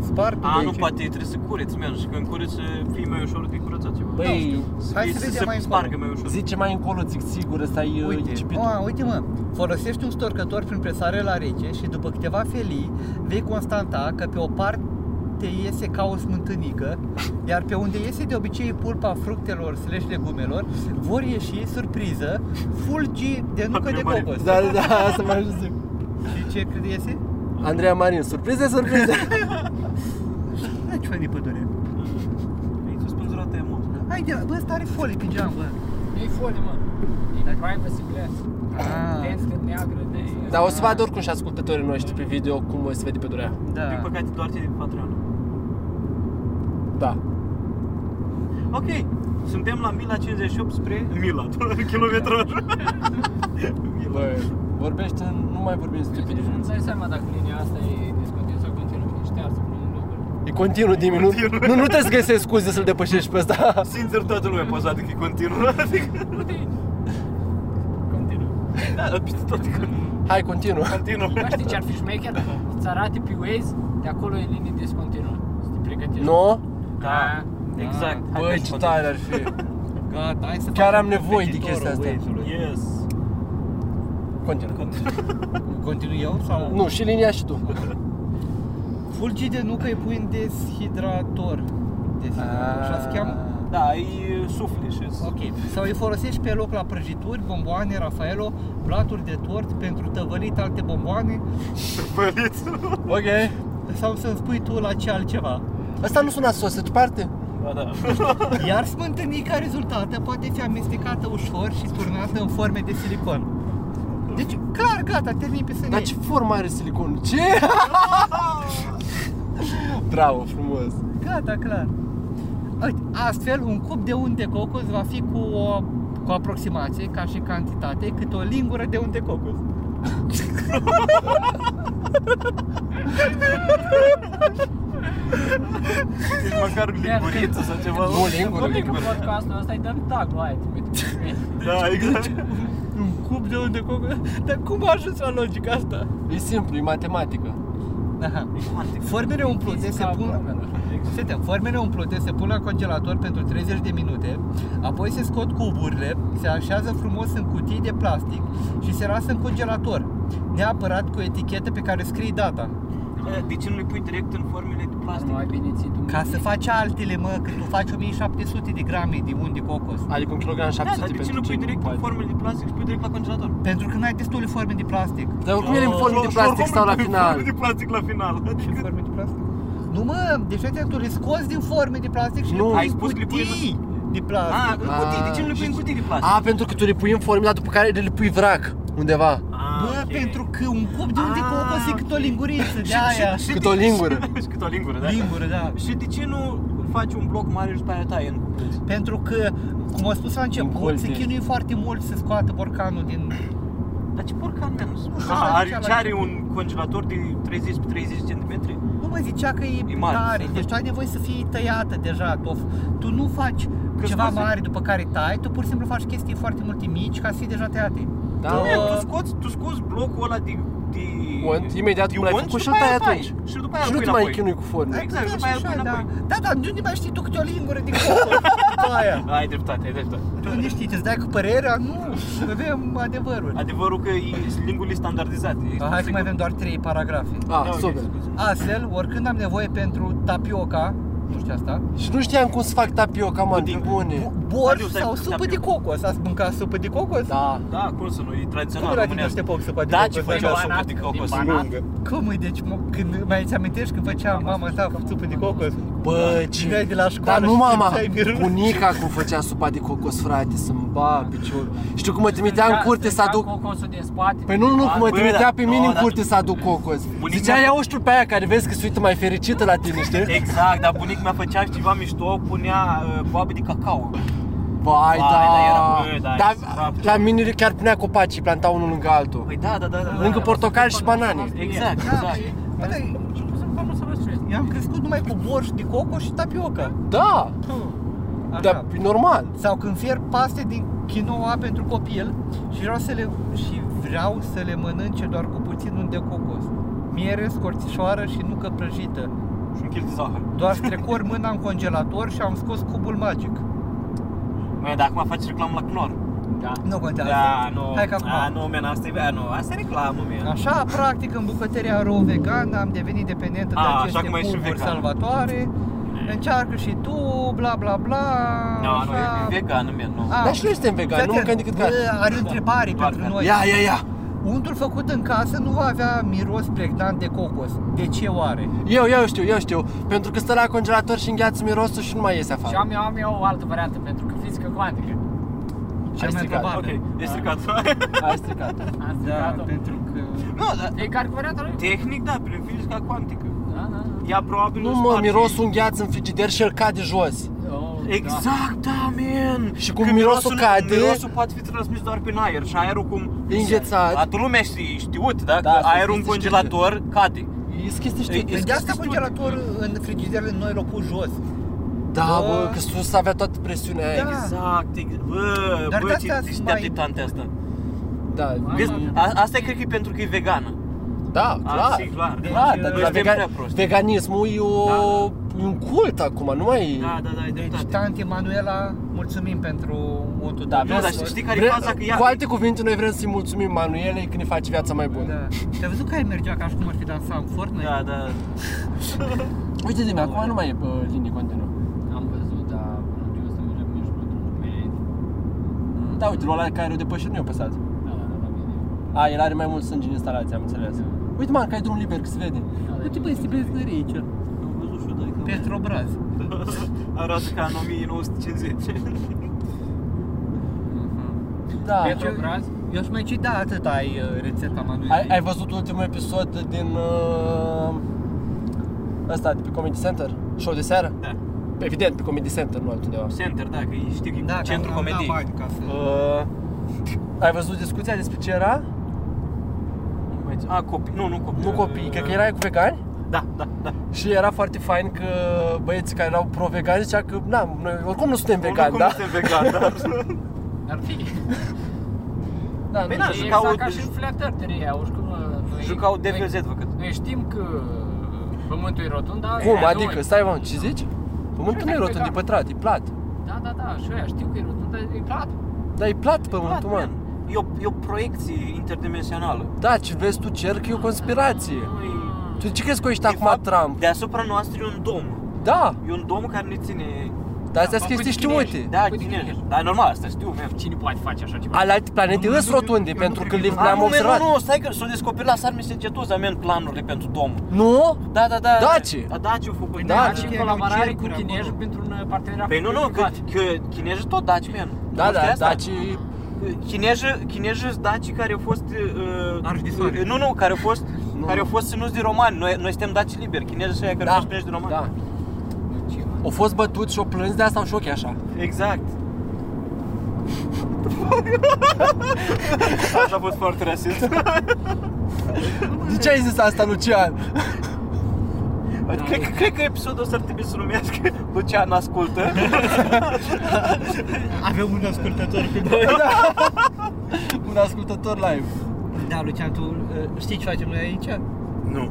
Speaker 4: Spar
Speaker 2: A, nu, poate trebuie să cureți, man, și când cureți să eh, fii mai ușor de curățat ceva.
Speaker 1: Băi,
Speaker 4: hai
Speaker 2: fie-
Speaker 4: să vedem
Speaker 2: se
Speaker 4: mai încolo.
Speaker 2: spargă mai ușor.
Speaker 1: zice mai încolo, zic sigur, ăsta e uh,
Speaker 4: Uite,
Speaker 1: incipitul.
Speaker 4: a, uite mă, folosești un storcător prin presare la rece și după câteva felii vei constata că pe o parte iese ca o smântânică, iar pe unde iese de obicei pulpa fructelor slash legumelor, vor ieși, surpriză, fulgi de nucă de
Speaker 2: primărie.
Speaker 4: cocos.
Speaker 1: Da, da, da, asta mai ajuns zic.
Speaker 4: Și ce crede iese?
Speaker 1: Andreea Marin, surprize, surprize!
Speaker 4: Nu ce de pădure.
Speaker 2: Aici sunt spânzurată aia mult.
Speaker 4: Hai de, bă, ăsta are folii pe geam, bă.
Speaker 5: E folie, mă. E privacy glass.
Speaker 4: Ah.
Speaker 5: Lensă neagră de...
Speaker 1: Dar o să vadă oricum și ascultătorii noștri pe video cum uh, se vede pădurea.
Speaker 4: Da.
Speaker 2: Din păcate doar cei de pe Patreon.
Speaker 1: Da.
Speaker 2: Ok, suntem la Mila 58 spre Mila, kilometraj. Mila.
Speaker 1: Bă, vorbește, nu mai vorbești
Speaker 5: Deci,
Speaker 1: stupide.
Speaker 5: Nu-ți dai seama dacă linia asta e discontinuă sau continuă. Ești arsă până în locuri.
Speaker 1: E continuu, Dimi, nu,
Speaker 2: Continuu.
Speaker 1: nu, nu trebuie să găsești scuze să-l depășești pe ăsta.
Speaker 2: Sincer, toată lumea poate să că e continuă. Adică,
Speaker 5: Continuă.
Speaker 2: da, dar peste tot e
Speaker 1: Hai, continuu.
Speaker 2: continuă.
Speaker 5: Nu știi ce ar fi șmecher? Să arate pe Waze, de acolo e linie discontinuă. Să te pregătești.
Speaker 1: Nu?
Speaker 2: Da, exact. Hai,
Speaker 1: Bă,
Speaker 2: mergi
Speaker 1: ce
Speaker 2: pe
Speaker 1: tare ar fi.
Speaker 4: Gata, hai să
Speaker 1: Chiar
Speaker 4: facem
Speaker 1: am nevoie de
Speaker 4: competitorul
Speaker 1: chestia asta.
Speaker 2: tot.
Speaker 4: Waze-ului.
Speaker 2: Yes.
Speaker 1: Continuă.
Speaker 4: Continui eu sau?
Speaker 1: Nu, și linia și tu.
Speaker 4: Fulgii de nucă îi pui în deshidrator. Deshidrator, așa se cheamă?
Speaker 2: Da, e suflet și
Speaker 4: Ok. Sau îi folosești pe loc la prăjituri, bomboane, rafaelo, blaturi de tort, pentru tăvălit alte bomboane
Speaker 1: Ok.
Speaker 4: sau să-mi spui tu la ce altceva.
Speaker 1: Asta nu sună sausage parte?
Speaker 2: Ba da.
Speaker 4: Iar smântânica rezultată poate fi amestecată ușor și turnată în forme de silicon. Deci, clar, gata, termin pe sânii.
Speaker 1: Dar ce formă are siliconul? Ce? Bravo, frumos.
Speaker 4: Gata, clar. Uite, astfel, un cup de unt de cocos va fi cu o cu aproximație, ca și cantitate, cât o lingură de unt de cocos.
Speaker 2: Ești măcar linguriță sau ceva.
Speaker 1: Nu, lingură,
Speaker 5: Domnule, cu
Speaker 1: lingură.
Speaker 5: podcastul ăsta îi dăm tag, hai, trimite pe mine.
Speaker 2: Da, exact.
Speaker 4: Un cup de unt de cocos? Dar cum a ajuns la logica asta?
Speaker 1: E simplu, e matematică.
Speaker 4: Aha. Formele umplute se pun... Fete, formele umplute se pun la congelator pentru 30 de minute, apoi se scot cuburile, se așează frumos în cutii de plastic și se lasă în congelator, neapărat cu etichetă pe care scrii data.
Speaker 2: Eh, De ce nu le pui direct în formele de plastic?
Speaker 5: Mai bine ții tu.
Speaker 4: Ca să faci altele, mă, că tu faci 1700 de grame de unt de cocos.
Speaker 1: Adică un kilogram
Speaker 2: Da,
Speaker 1: 700
Speaker 2: dar de ce nu
Speaker 1: pentru
Speaker 2: pui
Speaker 1: cei
Speaker 2: direct în
Speaker 1: ocupați.
Speaker 2: formele de plastic și pui direct la congelator?
Speaker 4: Pentru că n-ai destule forme de plastic.
Speaker 1: Dar oricum ele în forme de
Speaker 2: Și
Speaker 1: plastic
Speaker 2: oricum
Speaker 1: stau la
Speaker 2: pui
Speaker 1: final.
Speaker 2: Forme de plastic la final. Adică
Speaker 4: forme de plastic? Nu, mă, deci uite, tu le scoți din forme de plastic și
Speaker 1: Nu.
Speaker 4: le pui
Speaker 2: Ai
Speaker 4: în Ah,
Speaker 2: spus că le pui în-
Speaker 4: cutii de
Speaker 2: A,
Speaker 4: plastic.
Speaker 2: Ah, în cutii, de Ah, ce nu le pui în cutii de plastic?
Speaker 1: A, pentru că tu le pui în forme, dar după care le pui vrac undeva.
Speaker 2: Ah,
Speaker 4: Bă,
Speaker 2: ok.
Speaker 4: pentru că un cup de unt de
Speaker 2: Ah,
Speaker 4: cocos e cât o
Speaker 2: ok.
Speaker 4: linguriță de
Speaker 2: Și-
Speaker 4: aia.
Speaker 2: și- și
Speaker 1: Cât
Speaker 2: de-
Speaker 1: o lingură.
Speaker 2: Și cât o lingură, da.
Speaker 4: Lingură, da.
Speaker 2: Și de ce nu faci un bloc mare și după aia tai în bucăți?
Speaker 4: Pentru că, cum am spus la început,
Speaker 1: colte.
Speaker 4: se chinuie foarte mult să scoată borcanul din...
Speaker 2: Dar ce porcan mea, nu știu.
Speaker 4: știu, așa
Speaker 2: A, Ah, are,
Speaker 4: zicea la
Speaker 2: ce are
Speaker 4: început.
Speaker 2: un congelator de 30 pe 30 cm?
Speaker 4: Nu mă zicea că e,
Speaker 2: E mare.
Speaker 4: mare, deci tu ai nevoie să fii tăiată deja, tof. Tu nu faci ceva
Speaker 2: scoți-
Speaker 4: mare după care tai, tu pur și simplu faci chestii foarte multe mici ca să fii deja tăiate.
Speaker 1: Da,
Speaker 4: Da.
Speaker 1: mă.
Speaker 2: tu scoți, tu scoți blocul ăla de, de
Speaker 1: Unt, imediat
Speaker 2: de
Speaker 1: cum l-ai
Speaker 2: unt
Speaker 1: făcut
Speaker 2: și
Speaker 1: și-l
Speaker 2: după aia
Speaker 1: tai
Speaker 2: tai.
Speaker 1: atunci.
Speaker 2: Și după aia
Speaker 1: Și
Speaker 2: îl
Speaker 1: nu
Speaker 2: pui
Speaker 1: te mai
Speaker 2: înapoi.
Speaker 1: chinui cu forme.
Speaker 2: Exact,
Speaker 4: Da,
Speaker 2: după
Speaker 4: și
Speaker 2: aia îl pui
Speaker 4: așa, da.
Speaker 2: înapoi.
Speaker 4: Da, da, de unde mai știi tu câte o lingură de cocos? După aia.
Speaker 2: Da, Ai dreptate, ai dreptate.
Speaker 4: Tu unde știi, îți dai cu părerea? Nu, avem adevărul.
Speaker 2: Adevărul că e sunt lingurile standardizate. Este
Speaker 4: Hai
Speaker 2: Adică
Speaker 4: că Ah,
Speaker 2: sigur.
Speaker 4: mai avem doar trei paragrafe.
Speaker 1: A,
Speaker 2: Da, ok,
Speaker 1: super.
Speaker 2: scuze.
Speaker 4: Astfel, oricând am nevoie pentru tapioca, nu știu asta.
Speaker 1: Și nu știam cum să fac tapioca, mă, pe
Speaker 2: Pudding.
Speaker 4: Bu-
Speaker 1: bune.
Speaker 4: Borș
Speaker 2: Aliu, stai
Speaker 4: sau
Speaker 2: cu
Speaker 4: supă de
Speaker 2: tapioca.
Speaker 4: cocos. Ați mâncat supă de cocos?
Speaker 1: Da.
Speaker 2: Da, cum să nu, e
Speaker 4: Cum
Speaker 2: tradițional
Speaker 4: la tine niște
Speaker 2: românesc.
Speaker 4: pop supă de
Speaker 1: Da,
Speaker 4: cocos?
Speaker 1: ce
Speaker 5: Din
Speaker 1: făceam
Speaker 2: supă
Speaker 5: banat,
Speaker 2: de
Speaker 5: din
Speaker 2: cocos
Speaker 5: banat.
Speaker 4: Cum e, deci, mă, când, mai ți amintești când făcea mama ta supă de cocos?
Speaker 2: Da,
Speaker 1: Bă,
Speaker 4: Veneai
Speaker 1: ce...
Speaker 4: de la școală
Speaker 1: Dar nu
Speaker 4: și
Speaker 1: mama,
Speaker 4: simțeai mirul.
Speaker 1: bunica cum făcea supa de cocos, frate, să-mi ba piciorul. Știu cum mă trimitea în
Speaker 5: Stângea-
Speaker 1: curte să
Speaker 5: stângea
Speaker 1: aduc
Speaker 5: cocosul din spate.
Speaker 1: Păi nu, nu, cum mă
Speaker 2: Bă,
Speaker 1: trimitea
Speaker 2: da.
Speaker 1: pe mine
Speaker 2: No,
Speaker 1: în
Speaker 2: da.
Speaker 1: curte să aduc cocos.
Speaker 2: Bunica-
Speaker 1: Zicea, ia uștul pe aia care vezi că se uită mai fericită la tine, știi?
Speaker 2: Exact, dar bunic mi-a făcea ceva mișto, punea uh, boabe de cacao.
Speaker 1: Vai,
Speaker 2: Vai, da, era,
Speaker 1: da.
Speaker 2: bă, da,
Speaker 1: Dar
Speaker 2: era
Speaker 1: la mine chiar punea copacii, planta unul lângă altul.
Speaker 2: Păi da, da, da, da. da.
Speaker 1: Lângă portocali și banane.
Speaker 2: Exact,
Speaker 4: Da,
Speaker 2: exact.
Speaker 4: păi, bă, dar
Speaker 5: Și cum să fac, nu să vă străiesc?
Speaker 4: Eu am crescut numai cu borș de cocos și tapioca.
Speaker 1: Da,
Speaker 4: Așa.
Speaker 1: dar e normal.
Speaker 4: Sau când fierb paste din quinoa pentru copil și vreau să le, și vreau să le mănânce doar cu puțin unt de cocos. Miere, scorțișoară și nucă prăjită.
Speaker 2: Și un kil de zahăr.
Speaker 4: Doar strecor mâna în congelator și am scos cubul magic.
Speaker 2: Măi, dar acum faci reclamă la Clor.
Speaker 5: Da.
Speaker 4: Nu contează.
Speaker 2: Da, nu.
Speaker 4: Hai că acum.
Speaker 2: A, nu, men, asta e, a, nu, asta e reclamă, men.
Speaker 4: Așa, practic, în bucătăria ro vegan am devenit dependentă de
Speaker 2: A, așa
Speaker 4: aceste
Speaker 2: cum ești și
Speaker 4: pulburi
Speaker 2: vegan.
Speaker 4: salvatoare. Încearcă și tu, bla bla bla.
Speaker 2: Da, Nu, nu,
Speaker 4: așa.
Speaker 2: e vegan, men, nu.
Speaker 4: A,
Speaker 1: Dar și noi suntem vegani, nu
Speaker 4: fii atent.
Speaker 1: mâncăm decât
Speaker 4: Bă,
Speaker 1: carne.
Speaker 4: Are o întrebare
Speaker 2: Doar
Speaker 4: pentru
Speaker 2: carne.
Speaker 4: noi.
Speaker 1: Ia, ia, ia.
Speaker 4: Untul făcut în casă nu va avea miros pregnant de cocos. De ce oare?
Speaker 1: Eu, eu știu, eu știu. Pentru că stă la congelator și îngheață mirosul și nu mai iese
Speaker 5: Și
Speaker 1: afară.
Speaker 5: am eu, am eu o altă variantă pentru că fizică cuantică.
Speaker 4: Cea
Speaker 1: Ai
Speaker 4: mai
Speaker 1: stricat.
Speaker 2: Ok,
Speaker 4: probabil.
Speaker 2: e stricat.
Speaker 4: Ah.
Speaker 1: Ai stricat.
Speaker 5: Am
Speaker 4: Da,
Speaker 5: stricat-o.
Speaker 4: pentru că...
Speaker 2: Nu, dar
Speaker 5: E care cu varianta lui?
Speaker 2: tehnic, da, prin fizica cuantică.
Speaker 5: Da, da, da.
Speaker 2: Ea probabil
Speaker 1: Nu
Speaker 2: îți
Speaker 1: mă,
Speaker 2: face-
Speaker 1: mirosul îngheață în frigider și el cade jos.
Speaker 5: Oh, da.
Speaker 2: Exact, da, men.
Speaker 1: Și cum mirosul cade-
Speaker 2: Mirosul poate fi transmis doar prin aer și aerul cum...
Speaker 1: E înghețat.
Speaker 2: Atunci lumea știe, știut, da?
Speaker 1: Da,
Speaker 2: da
Speaker 1: sunt
Speaker 2: aerul în
Speaker 1: chestii
Speaker 2: congelator cade.
Speaker 1: E chestii
Speaker 4: Păi
Speaker 1: știi.
Speaker 4: de asta congelatorul
Speaker 2: da.
Speaker 4: în frigider noi l-au pus jos.
Speaker 1: Da,
Speaker 4: Bă.
Speaker 1: bă, că sus avea toată presiunea aia.
Speaker 4: Da.
Speaker 2: Exact, exact. Bă,
Speaker 4: Dar
Speaker 2: bă,
Speaker 4: de-astea
Speaker 2: ce
Speaker 4: sunt
Speaker 2: stea
Speaker 4: mai-
Speaker 2: de tante asta.
Speaker 1: Da,
Speaker 2: Vezi,
Speaker 5: mă,
Speaker 2: a, asta e cred că e pentru că e vegană.
Speaker 1: da,
Speaker 2: A,
Speaker 1: clar.
Speaker 2: sigur, clar.
Speaker 4: Deci,
Speaker 1: Clar,
Speaker 4: Noi
Speaker 1: dar la
Speaker 2: suntem
Speaker 1: vegan,
Speaker 2: prea proști.
Speaker 1: veganismul e, o, e un cult acum, nu mai
Speaker 2: Da, da, da, e
Speaker 4: Deci,
Speaker 2: dreptate.
Speaker 4: tante Manuela, mulțumim pentru untul
Speaker 1: Da,
Speaker 4: tău.
Speaker 2: Nu,
Speaker 1: vreau
Speaker 2: dar
Speaker 1: să-
Speaker 2: știi care e faza? Că ea...
Speaker 1: Cu alte cuvinte, noi vrem să-i mulțumim Manuelei când ne face viața mai bună.
Speaker 4: Da. Te-ai văzut că ai mergea ca și cum ar fi dansat în Fortnite?
Speaker 2: Da, da.
Speaker 1: Uite, zi acum nu mai e pe linie continuă.
Speaker 5: Am văzut, dar nu știu să mergem în mijlocul drumului.
Speaker 1: Da, uite, ăla care o depășit nu e păsat.
Speaker 5: Da, da, da, bine.
Speaker 1: A, el are mai mult sânge în instalație, am înțeles. Uite, man, că ai drum liber, că se vede.
Speaker 4: Uite, băi, este bezgărie aici.
Speaker 2: Am văzut și eu, dar e cam-
Speaker 4: Petrobras.
Speaker 2: Arată ca în 1950.
Speaker 1: Da.
Speaker 5: Deci Petrobras?
Speaker 4: Eu aș mai ci, da, atât ai uh, rețeta Manuelei.
Speaker 1: Ai, ai văzut ultimul episod din... Uh, ăsta, de pe Comedy Center? Show de seară?
Speaker 2: Da.
Speaker 1: Evident, pe Comedy Center, nu altundeva.
Speaker 2: Center, da, că e, știi că e
Speaker 4: da,
Speaker 2: centru comediei.
Speaker 1: Uh, ai văzut discuția despre ce era?
Speaker 2: Nu mai țin- A, Ah, copii, nu, nu copii.
Speaker 1: Nu copii, cred că era cu vegani?
Speaker 2: Da, da, da.
Speaker 1: Și era foarte fain că băieții care erau pro-vegani zicea că, na, noi oricum nu suntem
Speaker 2: Oricum
Speaker 1: vegani, da?
Speaker 2: Nu suntem vegan, dar...
Speaker 5: Ar fi.
Speaker 1: Da,
Speaker 2: Păi
Speaker 1: nu,
Speaker 2: na,
Speaker 5: E
Speaker 2: jucau-
Speaker 5: exact ca și în flertările aia, oricum uh, noi...
Speaker 2: Jucau
Speaker 5: noi-
Speaker 2: DVZ, vă cât.
Speaker 5: Noi știm că pământul e rotund, dar...
Speaker 1: Cum,
Speaker 5: aia
Speaker 1: adică,
Speaker 5: noi-
Speaker 1: stai mă, ce zici? Pământul nu e rotund, e pătrat, e plat.
Speaker 5: Da, da, da, și ăia știu că e rotund, dar e plat.
Speaker 1: Dar e plat pământul,
Speaker 2: Da,
Speaker 1: mă.
Speaker 2: man. E o, e o proiecție interdimensională.
Speaker 1: Da, ce vezi tu cer că e o conspirație.
Speaker 2: Nu e-
Speaker 1: Tu ce crezi că ești
Speaker 2: De
Speaker 1: acum
Speaker 2: fapt,
Speaker 1: Trump?
Speaker 2: Deasupra noastră e un dom.
Speaker 1: Da,
Speaker 2: E un dom care ne ține...
Speaker 1: dar astea sunt
Speaker 5: făcut
Speaker 1: chestii
Speaker 5: chinești,
Speaker 1: știute.
Speaker 2: Da,
Speaker 5: Uite,
Speaker 2: cine
Speaker 5: cine-
Speaker 2: Da, normal, asta știu, mi-am
Speaker 5: Cine poate face așa ceva?
Speaker 1: Ale alte planete
Speaker 4: Nu,
Speaker 1: îs
Speaker 4: nu, nu,
Speaker 1: rotunde,
Speaker 4: eu nu
Speaker 1: pentru că
Speaker 4: cred
Speaker 1: le-
Speaker 4: că-
Speaker 2: Ah,
Speaker 1: le-am
Speaker 2: nu,
Speaker 1: observat.
Speaker 2: Nu, nu, stai că s-a descoperit la Sarmi Sângetuza, men, planurile pentru dom.
Speaker 1: Nu?
Speaker 2: Da, da, da.
Speaker 1: Daci.
Speaker 2: Da, Daci au făcut.
Speaker 1: Da,
Speaker 5: Da,
Speaker 1: ce-
Speaker 5: în
Speaker 4: erau
Speaker 5: colaborare cu
Speaker 4: cercuri acolo.
Speaker 5: chinezi pentru un uh, parteneriat
Speaker 2: Păi nu, nu, că,
Speaker 5: public-privat.
Speaker 2: că chinezii tot daci, men.
Speaker 1: Da,
Speaker 2: Nu știi
Speaker 1: da,
Speaker 2: asta?
Speaker 1: da, ce...
Speaker 2: Chinezii, chinezii sunt dacii care au fost... Uh,
Speaker 4: Arhdisoare.
Speaker 2: uh, nu, nu, care au fost,
Speaker 1: Nu,
Speaker 2: care au
Speaker 1: nu.
Speaker 2: fost ținuți de romani. Noi, noi suntem daci liberi, chinezii sunt aia care
Speaker 1: Da,
Speaker 2: au fost ținuți de romani.
Speaker 1: da. Au fost bătuți și au plâns, de asta am șoc așa.
Speaker 2: Exact. Așa a fost foarte rasist.
Speaker 1: De ce ai zis asta, Lucian?
Speaker 2: Cred, că- cred că episodul ăsta ar trebui să numească Lucian ascultă.
Speaker 4: Avem un ascultător pe
Speaker 1: Da. Un ascultător live.
Speaker 4: Da, Lucian, tu uh, știi ce facem noi aici?
Speaker 2: Nu.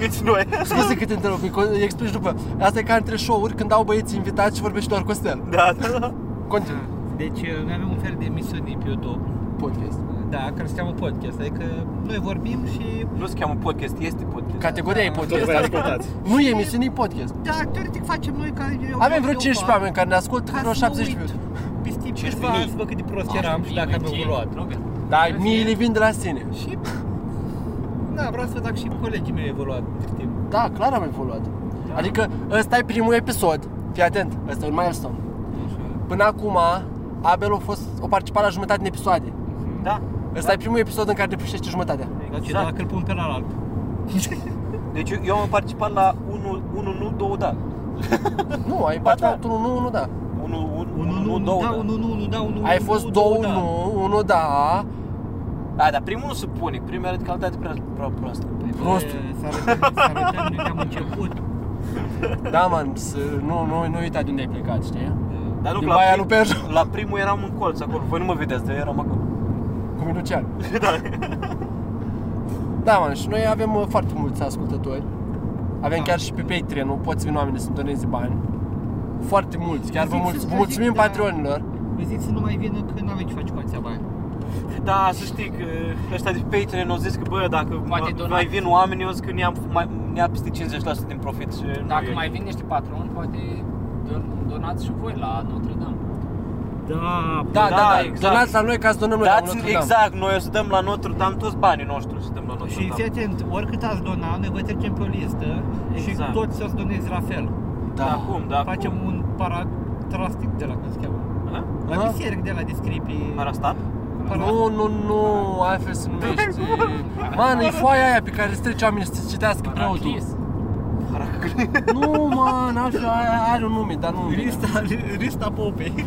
Speaker 2: Nici noi.
Speaker 1: Scuze că te întrerup, îi co- îi explici după. Asta e ca între show-uri când au băieți invitați și vorbești doar Costel.
Speaker 2: Da, da, da.
Speaker 1: Continu.
Speaker 4: Deci uh, noi avem un fel de emisiuni pe YouTube.
Speaker 1: Mm. Podcast.
Speaker 4: uh, Da, care se cheamă podcast. Adică noi vorbim și...
Speaker 2: Nu se cheamă podcast, este podcast.
Speaker 1: Categoria e
Speaker 3: Tot
Speaker 1: podcast.
Speaker 3: voi ascultați.
Speaker 1: Nu e emisiune, e podcast.
Speaker 4: Da, teoretic facem noi ca... Eu,
Speaker 1: Avem vreo
Speaker 4: eu
Speaker 1: 15
Speaker 4: fac.
Speaker 1: oameni care ne ascultă,
Speaker 4: Ca
Speaker 1: vreo
Speaker 4: să mă
Speaker 1: 70
Speaker 4: uit.
Speaker 1: minute.
Speaker 4: Pistic,
Speaker 2: Ce
Speaker 4: câțiva
Speaker 2: știi?
Speaker 4: ani, bă, cât de prost eram și dacă am evoluat.
Speaker 5: Robert.
Speaker 1: Dar mie le Da, vin de la sine.
Speaker 4: Și... Da, vreau să văd dacă și colegii mei au evoluat între timp.
Speaker 1: Da, clar am evoluat. Adică ăsta e primul episod. Fii atent, ăsta e un milestone. Până acum, Abel a fost o participat la jumătate de episoade.
Speaker 2: Da.
Speaker 1: Ăsta e primul episod în care depășește jumătatea.
Speaker 4: Dar ce
Speaker 2: Exact.
Speaker 4: dacă îl pun pe la alb?
Speaker 2: Deci eu am participat la 1, 1 nu, 2 da.
Speaker 1: Nu, ai
Speaker 2: Ba
Speaker 1: participat unul nu, unul da.
Speaker 2: 1, 1,
Speaker 4: 1,
Speaker 2: 1, 1
Speaker 4: nu,
Speaker 2: 2
Speaker 4: da,
Speaker 2: da.
Speaker 4: 1, nu, nu, da, 1,
Speaker 1: Ai fost două
Speaker 4: da.
Speaker 1: nu, unul da.
Speaker 2: Da, dar primul nu se pune, primul are de calitate prea, prea proastă.
Speaker 1: Prostul.
Speaker 4: Păi, S-a noi am început.
Speaker 1: Da, man, să- nu, nu, nu uita de unde ai plecat, știi?
Speaker 2: Dar nu,
Speaker 1: Din
Speaker 2: la,
Speaker 1: Baia
Speaker 2: prim-
Speaker 1: lui Perju.
Speaker 2: la primul eram în colț acolo, voi nu mă vedeți, dar eu eram acolo.
Speaker 1: Cu Minucean. Da, man, și noi avem uh, foarte mulți ascultători. Avem
Speaker 4: Da.
Speaker 1: chiar și pe Patreon, nu poți veni oameni să-mi doneze bani. Foarte mulți, chiar vă
Speaker 4: Zic
Speaker 1: mulțumim,
Speaker 4: să-
Speaker 1: vă
Speaker 4: zic,
Speaker 1: mulțumim
Speaker 4: da.
Speaker 1: Patreonilor.
Speaker 4: Vă zic să nu mai vină că n-avem ce face cu alții bani.
Speaker 2: Da, să știi că ăștia de pe Patreon au zis că, bă, dacă
Speaker 5: Poate
Speaker 2: mai,
Speaker 5: donați.
Speaker 2: mai vin oamenii, au zis că ne-am mai, ne-a peste 50% din profit și nu
Speaker 5: Dacă
Speaker 2: Păi, e.
Speaker 5: mai vin niște patroni, poate don- donați și voi la Notre Dame.
Speaker 4: Da,
Speaker 1: Da, da,
Speaker 2: Da,
Speaker 1: da,
Speaker 2: exact.
Speaker 1: donați la noi ca să donăm noi la
Speaker 2: Dați,
Speaker 1: Notre Dame.
Speaker 2: exact, noi o să dăm la Notre Dame toți banii noștri, o să dăm la da. Notre
Speaker 4: Și fii
Speaker 2: Dame.
Speaker 4: atent, oricât ați dona, noi vă trecem pe o listă
Speaker 2: Exact.
Speaker 4: și toți să-ți donezi la fel.
Speaker 2: Da,
Speaker 1: Da.
Speaker 2: cum, da,
Speaker 4: Facem
Speaker 2: cum?
Speaker 4: un paratrastic de la cum se cheamă.
Speaker 2: Hă?
Speaker 4: La
Speaker 1: Da.
Speaker 4: biserică de la de scrii pe...
Speaker 2: Parastat?
Speaker 4: para-
Speaker 1: Nu, nu, nu, altfel se numește. Man, e foaia aia pe care îți trece oamenii să citească preotul.
Speaker 5: Paraclis.
Speaker 2: Paraclis.
Speaker 1: Nu, man, altfel aia are un nume, dar nu
Speaker 4: Lista, lista popei.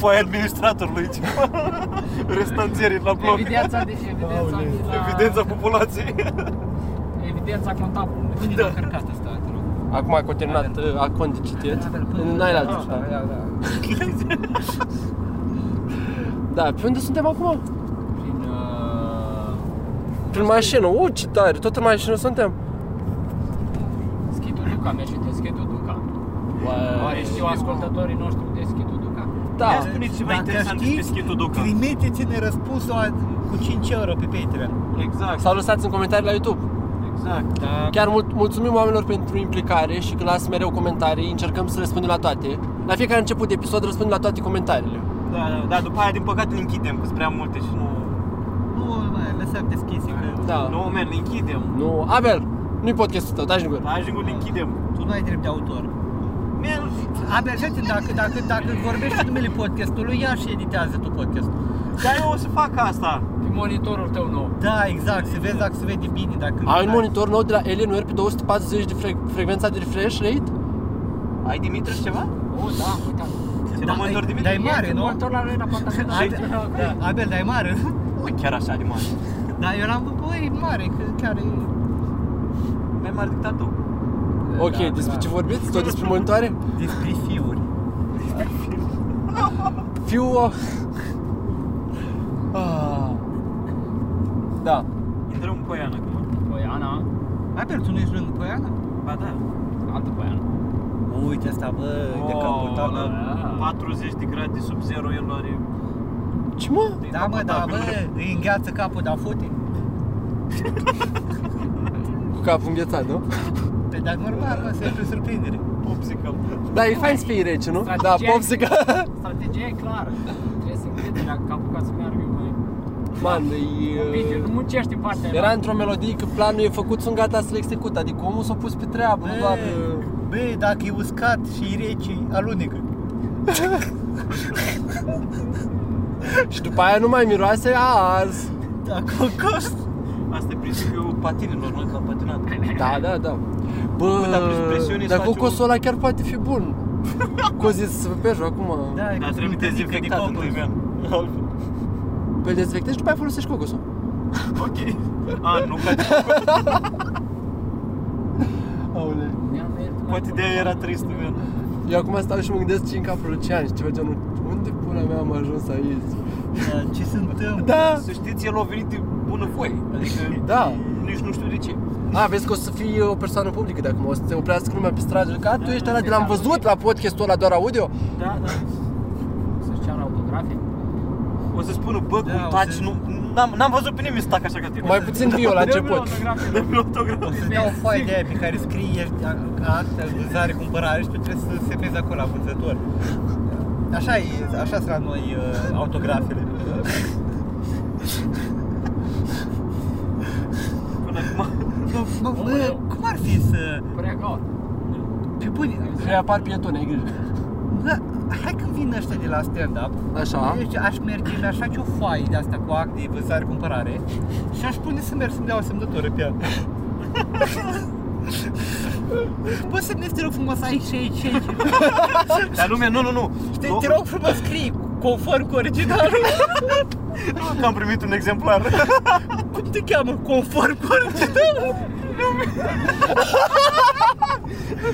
Speaker 2: Foaia administratorului, ceva. Restanțierii la bloc. Da.
Speaker 5: Evidența de evidența de la...
Speaker 2: Evidența populației.
Speaker 5: Evidența contabilului.
Speaker 4: Unde da. încărcat asta, te rog.
Speaker 1: Acum că a terminat uh, acont de citit, n-ai la altul. da.
Speaker 4: da, da.
Speaker 1: Da, pe unde suntem acum?
Speaker 5: Prin... Uh,
Speaker 1: Prin mașină, u, ce tare, tot în mașină suntem.
Speaker 5: Schitul Duca, merge de Schitul Duca.
Speaker 4: Da,
Speaker 5: Oare știu ascultătorii noștri de Schitul Duca?
Speaker 1: Da,
Speaker 2: Ia spuneți ceva
Speaker 4: Dacă
Speaker 2: interesant
Speaker 4: știi,
Speaker 2: despre Schitul Duca.
Speaker 4: Trimiteți-ne răspunsul a- cu 5 euro pe Patreon.
Speaker 2: Exact,
Speaker 1: sau lăsați în comentarii la YouTube.
Speaker 2: exact.
Speaker 4: Da.
Speaker 1: Chiar mul- mulțumim oamenilor pentru implicare și că lasă mereu comentarii, încercăm să răspundem la toate. La fiecare început de episod răspundem la toate comentariile.
Speaker 2: Da, da, da, după aia, din păcate, le închidem, că sunt prea multe și nu...
Speaker 4: Nu, mai, lăsăm deschise. Că...
Speaker 1: Da.
Speaker 2: Nu, man, le închidem.
Speaker 1: Nu, Abel, nu-i podcastul tău, dai în gură.
Speaker 2: La ajungul le închidem.
Speaker 4: Tu nu ai drept de autor.
Speaker 2: Man,
Speaker 4: Abia așa dacă, dacă, dacă vorbești în numele podcastului, ia și editează tu podcastul.
Speaker 2: dar eu o să fac asta.
Speaker 5: Pe monitorul tău nou.
Speaker 4: Da, exact, să vezi dacă se vede bine. Dacă
Speaker 1: Ai un
Speaker 4: da.
Speaker 1: monitor nou de la Alienware pe 240 de fre- frecvența de refresh rate?
Speaker 2: Ai Dimitru ceva?
Speaker 5: Oh, da, am uitat.
Speaker 2: Ce
Speaker 4: Da,
Speaker 2: monitor
Speaker 4: ai-
Speaker 2: Dimitru?
Speaker 4: dar E mare,
Speaker 5: Este
Speaker 4: nu?
Speaker 5: Monitorul la lui în apartament.
Speaker 4: Ai-
Speaker 5: Da.
Speaker 4: Da, Abel, dar e mare.
Speaker 2: Bă, chiar așa de mare.
Speaker 4: Da, eu l-am văzut, băi, e mare, că chiar e...
Speaker 2: Mai mare decât al tău.
Speaker 1: Ok,
Speaker 4: da,
Speaker 1: despre
Speaker 4: da.
Speaker 1: ce vorbiți? Tot despre monitoare?
Speaker 4: Despre fiuri.
Speaker 1: Fiu... uh, ah. Da.
Speaker 2: Intrăm în Poiană acum.
Speaker 5: Păi, Ana,
Speaker 4: Abel, tu nu ești lângă Poiana?
Speaker 2: Ba da.
Speaker 5: altă pe Ana.
Speaker 4: Uite asta, bă, e de capul tău,
Speaker 2: Oh, la
Speaker 4: bă.
Speaker 5: da.
Speaker 2: 40 de grade sub zero, el are...
Speaker 1: Ce mă?
Speaker 2: e
Speaker 4: Da, mă, da,
Speaker 2: capotabil.
Speaker 4: bă, îi îngheață capul, dar fute.
Speaker 1: Cu capul înghețat, nu?
Speaker 4: Pe Păi, dar normal, mă, să e pe surprindere.
Speaker 2: Popsicle.
Speaker 1: Da, e fain să fii rece, nu? Da,
Speaker 5: Strategia e-
Speaker 1: popsică.
Speaker 5: Strategia e clară. Trebuie să încrede la capul ca să meargă mai...
Speaker 1: Man, e... uh,
Speaker 5: Bine, nu muncești în partea
Speaker 1: Era
Speaker 5: aia.
Speaker 1: într-o melodie că planul e făcut, sunt gata să-l execut, adică omul s-a pus pe treabă, nu doar... uh,
Speaker 4: Bă, dacă e uscat și e rece, alunecă.
Speaker 1: Și după aia nu mai miroase a ars.
Speaker 4: Da, cocos.
Speaker 2: Asta e principiul patinilor, noi la patinat.
Speaker 1: Da, da, da.
Speaker 2: dar
Speaker 1: Bă,
Speaker 2: prin presiune
Speaker 1: dar
Speaker 2: îți face
Speaker 1: cocosul ăla chiar poate fi bun. Cu o zis să pești acum.
Speaker 4: Da, e
Speaker 2: Dar
Speaker 4: cum
Speaker 2: trebuie
Speaker 4: sunt mică de
Speaker 2: dezinfectat
Speaker 4: cocos.
Speaker 2: întâi, man. Altfel.
Speaker 1: Pe îl dezinfectezi și după aia folosești cocosul.
Speaker 2: Ok. A, nu, poate,
Speaker 1: Aule.
Speaker 5: Ne-am mers mai
Speaker 2: poate de
Speaker 5: acolo.
Speaker 2: aia era trist, man.
Speaker 1: Eu acum stau și mă gândesc ce în capul lui Lucian și ceva genul, unde pula mea am ajuns aici?
Speaker 4: Da, Ce se întâmplă?
Speaker 1: Da!
Speaker 2: Să știți, el a venit de bună voie. Adică,
Speaker 1: Da.
Speaker 2: nici nu știu de ce.
Speaker 1: A, vezi că o să fii o persoană publică de acum, o să te oprească lumea pe stradă, că "A, tu ești ăla de l-am văzut la podcastul ăla doar audio?
Speaker 2: Da, da.
Speaker 5: Să-și ceară autografe.
Speaker 2: O O să spună, bă,
Speaker 4: Da,
Speaker 2: cum
Speaker 4: o
Speaker 2: taci,
Speaker 4: să-
Speaker 2: nu, n-am, n-am văzut pe nimeni să tac așa ca tine.
Speaker 1: Mai puțin viu la început.
Speaker 2: Dă-mi autograf.
Speaker 4: O să dea o foaie de aia pe care scrie ești a- acte, vânzare, cumpărare și tu trebuie să semnezi acolo la vânzător. Așa e, așa sunt la noi uh, autografele.
Speaker 2: Până acum,
Speaker 4: Bă, bă, bă, cum ar fi să...
Speaker 5: Prea gaură.
Speaker 4: Pe bune,
Speaker 1: Și apar pietoni, ai grijă.
Speaker 4: bă, hai când vin ăștia de la stand-up,
Speaker 1: Așa.
Speaker 4: Deci aș merge, mi-aș face o foaie de asta cu act de vânzare cumpărare și aș pune să merg să-mi dea o semnătură pe ea. Poți să te rog frumos aici și aici și aici.
Speaker 2: dar lumea, nu, nu, nu.
Speaker 4: Te,
Speaker 2: Nu,
Speaker 4: te rog frumos scrii conform cu originalul.
Speaker 2: nu, că am primit un exemplar.
Speaker 4: Cum te cheamă? Conform cu originalul?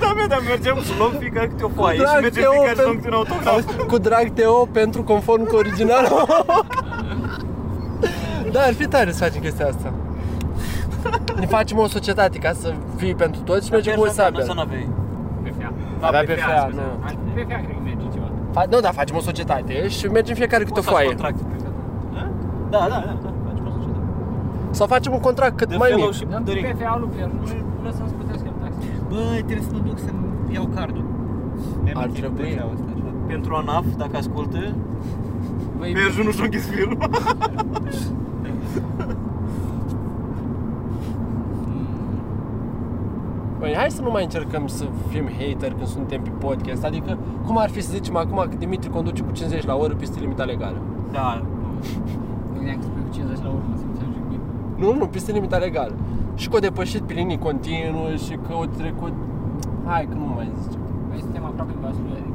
Speaker 2: Da, mea, dar mergeam să luăm fiecare câte o foaie și
Speaker 1: drag,
Speaker 2: mergem
Speaker 1: te
Speaker 2: fiecare să
Speaker 1: open.
Speaker 2: luăm câte un autograf.
Speaker 1: Cu drag Teo pentru conform cu originalul. da, ar fi tare să facem chestia asta. Ne facem o societate ca să fii pentru toți și mergem cu un
Speaker 2: Să
Speaker 1: sabel.
Speaker 2: n-avei.
Speaker 5: PFA.
Speaker 1: Avea
Speaker 5: PFA,
Speaker 1: PFA,
Speaker 5: scuze.
Speaker 1: nu.
Speaker 5: PFA cred că merge ceva.
Speaker 1: Fa- nu, da, facem o societate și mergem fiecare câte o
Speaker 2: Poți să
Speaker 1: foaie.
Speaker 2: faci contract. Da, da, da, da, faci poți să
Speaker 1: Sau facem un contract cât
Speaker 2: De
Speaker 1: mai Da, mic.
Speaker 2: fellowship
Speaker 5: Dăm
Speaker 2: de ring.
Speaker 5: PFA lui Pierre, nu lăsăm să puteți că taxe.
Speaker 4: Bă, trebuie să mă duc să-mi iau cardul. Mi-am
Speaker 1: Ar
Speaker 4: amintit
Speaker 1: trebui.
Speaker 4: de treaba asta, așa.
Speaker 2: Pentru ANAF, dacă ascultă,
Speaker 5: Băi,
Speaker 2: pe nu și-a închis firma.
Speaker 1: Păi, hai să nu mai încercăm să fim hater când suntem pe podcast. Adică, cum ar fi să zicem acum că Dimitri conduce cu 50 la oră peste limita legală?
Speaker 2: Da,
Speaker 5: mă gândeam că spui cu 50 la urmă, simțeam jignit.
Speaker 1: Nu, nu, peste limita legală. Și că o depășit pe linii continuu și că o trecut... Hai că nu mai zicem.
Speaker 5: Băi, Păi, suntem aproape în vasul adică,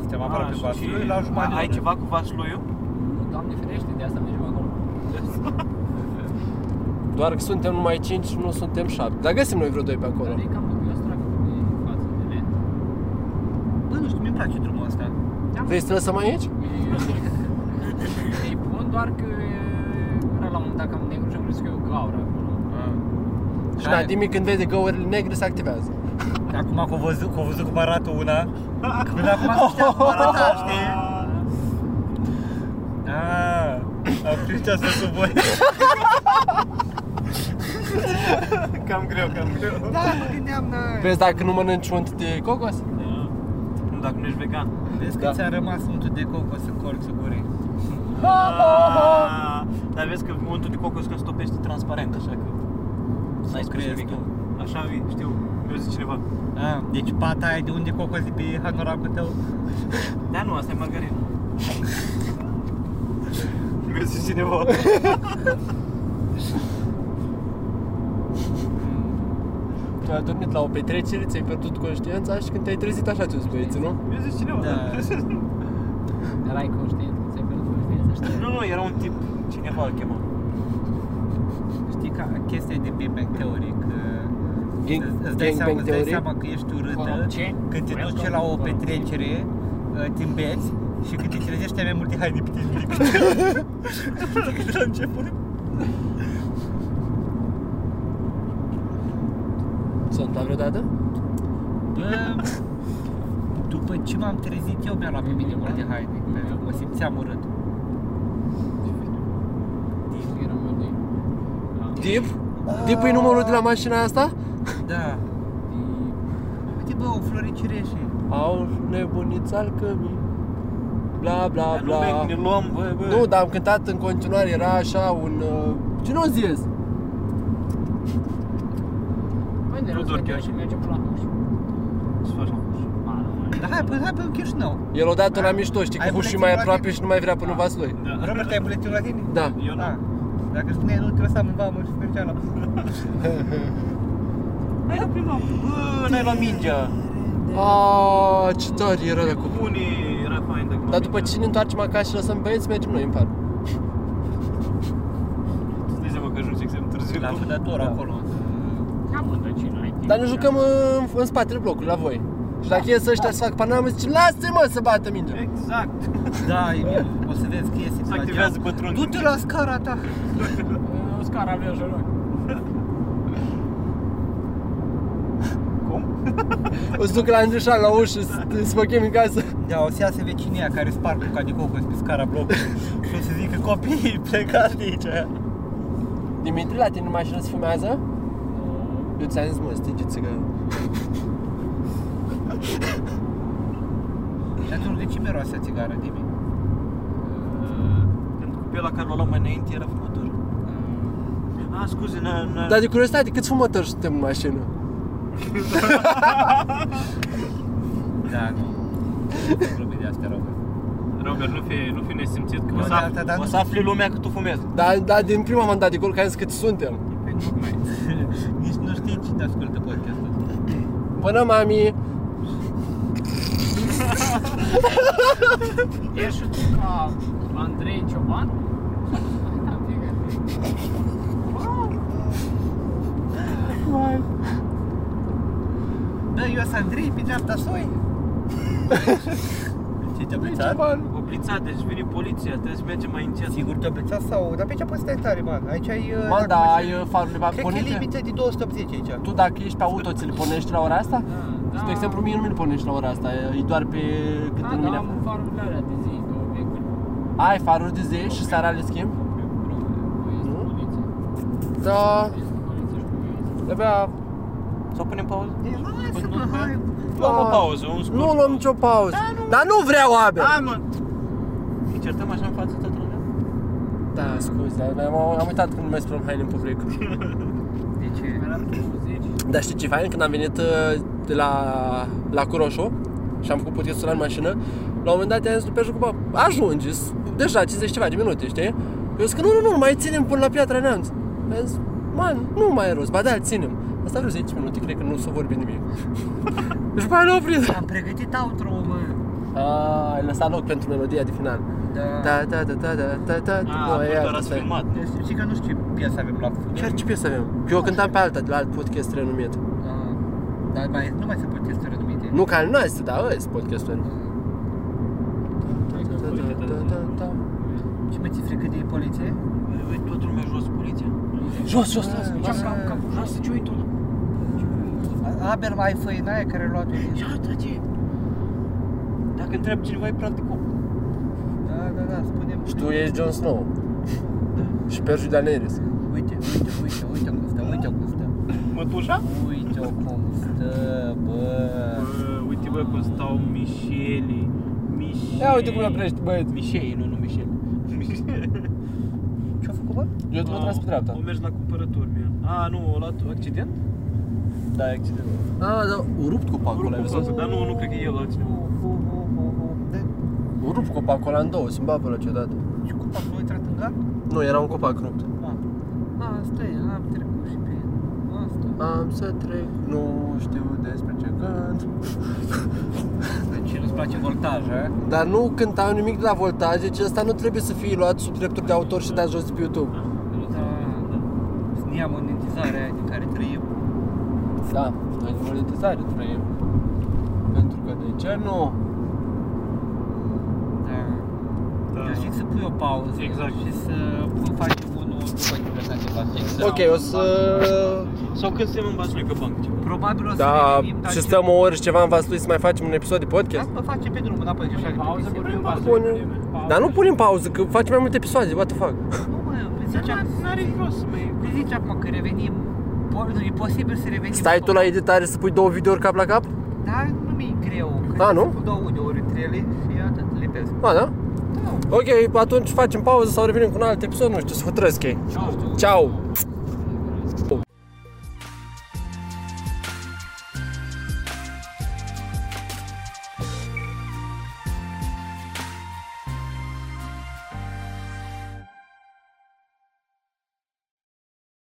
Speaker 4: Suntem aproape
Speaker 2: Ah,
Speaker 4: pe
Speaker 2: și-
Speaker 4: vasul, la jumătate.
Speaker 2: Ai ceva cu vasluiu?
Speaker 5: Doamne ferește, de asta mergem acolo.
Speaker 1: Doar că suntem numai 5, nu suntem 7. Dar găsim noi vreo 2 pe acolo.
Speaker 5: Dar e cam dubios traficul din față de lent.
Speaker 4: Bă, nu știu, mi-mi place drumul ăsta.
Speaker 1: Vrei să te lăsăm aici?
Speaker 5: E- E bun, doar că era la un moment dat cam negru și am crezut că e o gaură acolo.
Speaker 2: Ah.
Speaker 1: Și
Speaker 4: Care?
Speaker 1: da, Dimi când vede găurile negre se activează.
Speaker 4: Acum că au văzut, că au văzut cum arată una, când acum nu știa cum arăta, știi? Ah, am prins ce cu voi.
Speaker 2: Cam greu, cam greu.
Speaker 4: Da, mă gândeam, na.
Speaker 1: Vezi dacă nu mănânci unt de cocos?
Speaker 2: Nu, Da. dacă nu ești vegan.
Speaker 4: Vezi că
Speaker 1: Da.
Speaker 4: ți-a rămas untul de coco să corc să gure.
Speaker 2: Ah, Dar vezi că untul de cocos când stopește transparent, așa că... N-ai scris
Speaker 4: crezi
Speaker 2: nimic.
Speaker 4: tu.
Speaker 2: Așa vi, știu, mi-o zice cineva.
Speaker 4: Ah, deci pata aia de unde coco de pe hanoracul tău?
Speaker 2: Da, nu, asta e margarină. mi-o zice cineva.
Speaker 1: Tu ai dormit la o petrecere, ți-ai pierdut conștiința și când te-ai trezit așa ți-o spăieți, nu?
Speaker 2: Mi-o zice cineva.
Speaker 4: Da.
Speaker 5: Erai conștient, ți-ai pierdut conștiința, știi?
Speaker 2: Nu, nu, era un tip, cineva îl chema.
Speaker 4: Știi ca chestia de Big Bang Theory, că
Speaker 1: Gang-
Speaker 4: îți dai,
Speaker 1: Gangbang
Speaker 4: seama, îți dai
Speaker 1: Theory?
Speaker 4: seama că ești urâtă,
Speaker 5: Corupție.
Speaker 4: când te duci
Speaker 5: Welcome
Speaker 4: la o
Speaker 5: to corupție.
Speaker 4: petrecere, uh, te îmbeți și când te trezești ai mai multe haine pe tine decât decât la început.
Speaker 1: S-a întâmplat vreodată?
Speaker 4: Bă, după ce m-am trezit eu mi-am luat pe mine multe haine, pentru că mă simțeam urât.
Speaker 5: Nu eram eu de-
Speaker 1: Dip? Dip e numărul de la mașina asta?
Speaker 4: Da. Uite bă, o flori cireșe.
Speaker 1: Au nebunit al cămii. Bla, bla,
Speaker 2: Dar nu,
Speaker 1: bla.
Speaker 2: bă, ne luăm, bă, bă.
Speaker 1: Nu, dar am cântat în continuare, era așa un... Uh, ce nu zis?
Speaker 5: Băi, de rău
Speaker 2: Tudor
Speaker 5: să vedem
Speaker 2: Gheorghe.
Speaker 5: și mergem până la Huș.
Speaker 2: Să faci acum.
Speaker 5: Ba, nu mai-
Speaker 4: Dar hai, pă, hai pe un Chișinău.
Speaker 1: El odată la mișto, știi,
Speaker 4: Ai
Speaker 1: cu și
Speaker 4: buletin
Speaker 1: mai
Speaker 4: la
Speaker 1: aproape
Speaker 4: tine?
Speaker 1: și nu mai vrea până vas lui.
Speaker 2: Da.
Speaker 4: Robert, ai buletinul la tine?
Speaker 1: Da.
Speaker 2: Eu n-am.
Speaker 4: Da. Dacă spuneai nu, te lăsam în vamă și mergeam la...
Speaker 2: Hai la prima. Bă, n-ai luat mingea.
Speaker 1: A, Ah, ce tare era de acolo.
Speaker 2: Bune, era fain dacă
Speaker 1: Dar după ce ne întoarcem acasă și lăsăm băieți, mergem noi în parc.
Speaker 2: Stai seama că ajungi extrem târziu.
Speaker 4: La
Speaker 2: Da.
Speaker 4: vânător acolo.
Speaker 5: Cam în răcină, ai timp.
Speaker 1: Dar ne jucăm în, în spatele blocului, la voi. Și dacă ies ăștia să fac panamă, zice, lasă mă să bată mingea.
Speaker 2: Exact.
Speaker 4: Da, Emil, o să vezi că iese
Speaker 2: Se
Speaker 4: pe la
Speaker 2: activează
Speaker 4: geam.
Speaker 2: pătrunii.
Speaker 4: Du-te la scara ta.
Speaker 5: Oscar avea jurări.
Speaker 2: Cum? om.
Speaker 1: Îți duc la Andriușan la ușă, să te- să mă chem în casă.
Speaker 4: Da, o să iasă vecinia care sparg cu cadicocul pe scara blocului și o să zică copiii plecați de aici.
Speaker 1: Dimitri, la tine în mașină se fumează? Eu ți-am zis, mă, stingeți că...
Speaker 4: Și atunci de ce miroase țigară, Dimi?
Speaker 2: Pentru că pe ăla care l-a luat mai înainte era Da. fumător. A, Ah, scuze, n-a... n-a-
Speaker 1: Dar de curiozitate, câți fumători suntem în mașină?
Speaker 4: Da, nu. Nu vorbi de astea, Robert.
Speaker 2: Robert, nu fi, nu fi nesimțit că
Speaker 4: Nu,
Speaker 2: o să,
Speaker 4: dar-
Speaker 2: afli,
Speaker 4: dar- dar
Speaker 2: o
Speaker 4: nu-
Speaker 2: să afli lumea că tu fumezi.
Speaker 1: Dar, dar din prima m-am dat de gol că am zis câți suntem.
Speaker 2: Păi, tocmai.
Speaker 4: Nici nu știi cine ascultă podcastul.
Speaker 1: Bună, mami!
Speaker 5: Ești și tu ca Andrei Cioban? Da, fiecare.
Speaker 4: Da, eu sunt Andrei, pe dreapta soi. Ce te-a
Speaker 1: Ce
Speaker 4: blățat?
Speaker 1: bani?
Speaker 2: Oblițat, deci vine poliția, trebuie să mergem mai încet.
Speaker 4: Sigur te-a blățat sau... Dar pe ce poți să stai tare, man? Aici ai... uh,
Speaker 1: Mă,
Speaker 4: dacă
Speaker 1: da,
Speaker 4: mai-
Speaker 1: ai farurile pe
Speaker 4: Cred că e
Speaker 1: pornite?
Speaker 4: limită de 280 aici.
Speaker 1: Tu dacă ești pe auto, ți-l pornești la ora asta?
Speaker 5: Da,
Speaker 1: Spre exemplu, mie nu mi-l pornești la ora asta, e doar pe cât
Speaker 5: Da,
Speaker 1: în
Speaker 5: da,
Speaker 1: lumina.
Speaker 5: am farurile alea de zi, două vehicule.
Speaker 1: Ai faruri de zi și seara le schimb? Nu? Da, abia...
Speaker 2: Sau punem pauză? Da.
Speaker 4: E, lasă,
Speaker 2: Păi,
Speaker 4: mă, hai.
Speaker 2: Luăm o
Speaker 1: Ah.
Speaker 2: pauză, un scurt.
Speaker 1: Nu luăm nicio pauză. Dar nu vreau abe.
Speaker 2: Hai, mă! Îi certăm așa în față toată lumea?
Speaker 1: Da, scuze, am, am uitat când mai spălam haine în public.
Speaker 4: De ce?
Speaker 1: Dar știi ce e fain? Când am venit uh, de la, la Curoșu și am făcut podcastul ăla în mașină, la un moment dat i-am zis lui Peșu că, bă, ajungi, s- deja 50 ceva de minute, știi? Eu zic că nu, nu, nu, mai ținem până la Piatra Neamț. I-am zis, man, nu mai e rost, ba da, ținem. Asta vreo 10 minute, cred că nu s-o vorbi nimic. și după aia l-a oprit.
Speaker 4: Am pregătit outro mă.
Speaker 1: A, ai lăsat loc pentru melodia de final.
Speaker 4: Da.
Speaker 1: Da, da, da, da, da, da, da,
Speaker 2: A,
Speaker 1: bă,
Speaker 2: bă,
Speaker 1: ia,
Speaker 2: doar Ah, ați
Speaker 1: asta e.
Speaker 2: filmat.
Speaker 4: Deci, știi că nu știu ce piesă avem la
Speaker 1: Chiar ce piesă avem? Eu cântam pe alta, de la alt podcast renumit.
Speaker 4: Ah, Dar mai, nu mai sunt podcasturi renumite.
Speaker 1: Nu ca al nostru, dar ăsta e podcastul renumit.
Speaker 4: Ce mai ți frică de poliție?
Speaker 2: Uite, Păi, toată lumea jos, poliția. Da,
Speaker 1: Jos, jos, jos.
Speaker 4: Ah.
Speaker 2: Jos, cap, cap, jos, ce da. uite ăla?
Speaker 4: Aber mai făinaia care a luat-o din...
Speaker 2: Ia, trage! Dacă întreb cineva, e praf de cop.
Speaker 4: Da, da, da, spune
Speaker 1: Și tu ești Jon Snow. Și Perju Daenerys.
Speaker 4: Uite, uite, uite, uite cum stă, uite cum stă.
Speaker 2: Mătușa?
Speaker 4: Uite cum stă, bă.
Speaker 2: Bă, uite bă cum stau Mișeli. Mișeli.
Speaker 1: Ia uite cum oprești, băieți.
Speaker 2: Mișeli, nu, nu Mișeli.
Speaker 4: Ce-a făcut, bă?
Speaker 1: Eu te-am tras pe dreapta.
Speaker 2: O mergi la cumpărături, mie. A, nu, a luat accident? Da, e accident.
Speaker 1: A, da, o rupt copacul ăla, ai
Speaker 2: Grupul
Speaker 1: văzut?
Speaker 2: ăsta, Dar nu, nu cred că e el altcineva.
Speaker 4: Oh,
Speaker 1: O rupt copacul ăla în două, sunt babă la ciodată.
Speaker 4: Și cum a fost intrat în gard?
Speaker 1: Nu, era un copac rupt.
Speaker 4: A, stai, am trecut și pe asta.
Speaker 1: Am să trec, nu știu despre ce cânt.
Speaker 4: Deci nu-ți place eh? voltaj, a?
Speaker 1: Dar nu cântau nimic de la voltaj, deci ăsta nu trebuie să fie luat sub drepturi de autor și dat jos de pe YouTube.
Speaker 4: Da. Ne ia monetizarea aia din care trăim.
Speaker 1: Da, noi de monetizare trăim. Pentru că de ce nu?
Speaker 4: Da. Eu zic să pui o pauză
Speaker 2: Exact.
Speaker 4: și să faci unul după libertate la fix.
Speaker 1: Da. Ok, o să...
Speaker 2: Sau când suntem în Vaslui, că banc ceva.
Speaker 4: Probabil o să
Speaker 1: Da,
Speaker 4: revenim,
Speaker 1: și stăm o oră și ceva în Vaslui să mai facem un episod de
Speaker 4: Da,
Speaker 1: podcast?
Speaker 4: mă facem pe drum înapoi, așa că
Speaker 5: Pauză,
Speaker 4: plictisim.
Speaker 1: Da.
Speaker 5: vorbim pauză.
Speaker 1: Punem. Dar nu punem pauză, că facem mai multe episoade, what the fuck?
Speaker 4: Nu, mă, le ziceam,
Speaker 2: N-are rost, măi.
Speaker 4: le ziceam acum că revenim. Po- nu, e posibil să revenim.
Speaker 1: Stai tu la editare să pui două videouri cap la cap?
Speaker 4: Da, nu mi-e greu. că
Speaker 1: Da, nu?
Speaker 4: sunt Cu două de ori între ele și atât le pesc.
Speaker 1: A, da?
Speaker 4: Da.
Speaker 1: Ok, atunci facem pauză sau revenim cu un alt episod, nu știu, să hotărăsc ei.
Speaker 4: Nu știu.
Speaker 1: Ciao!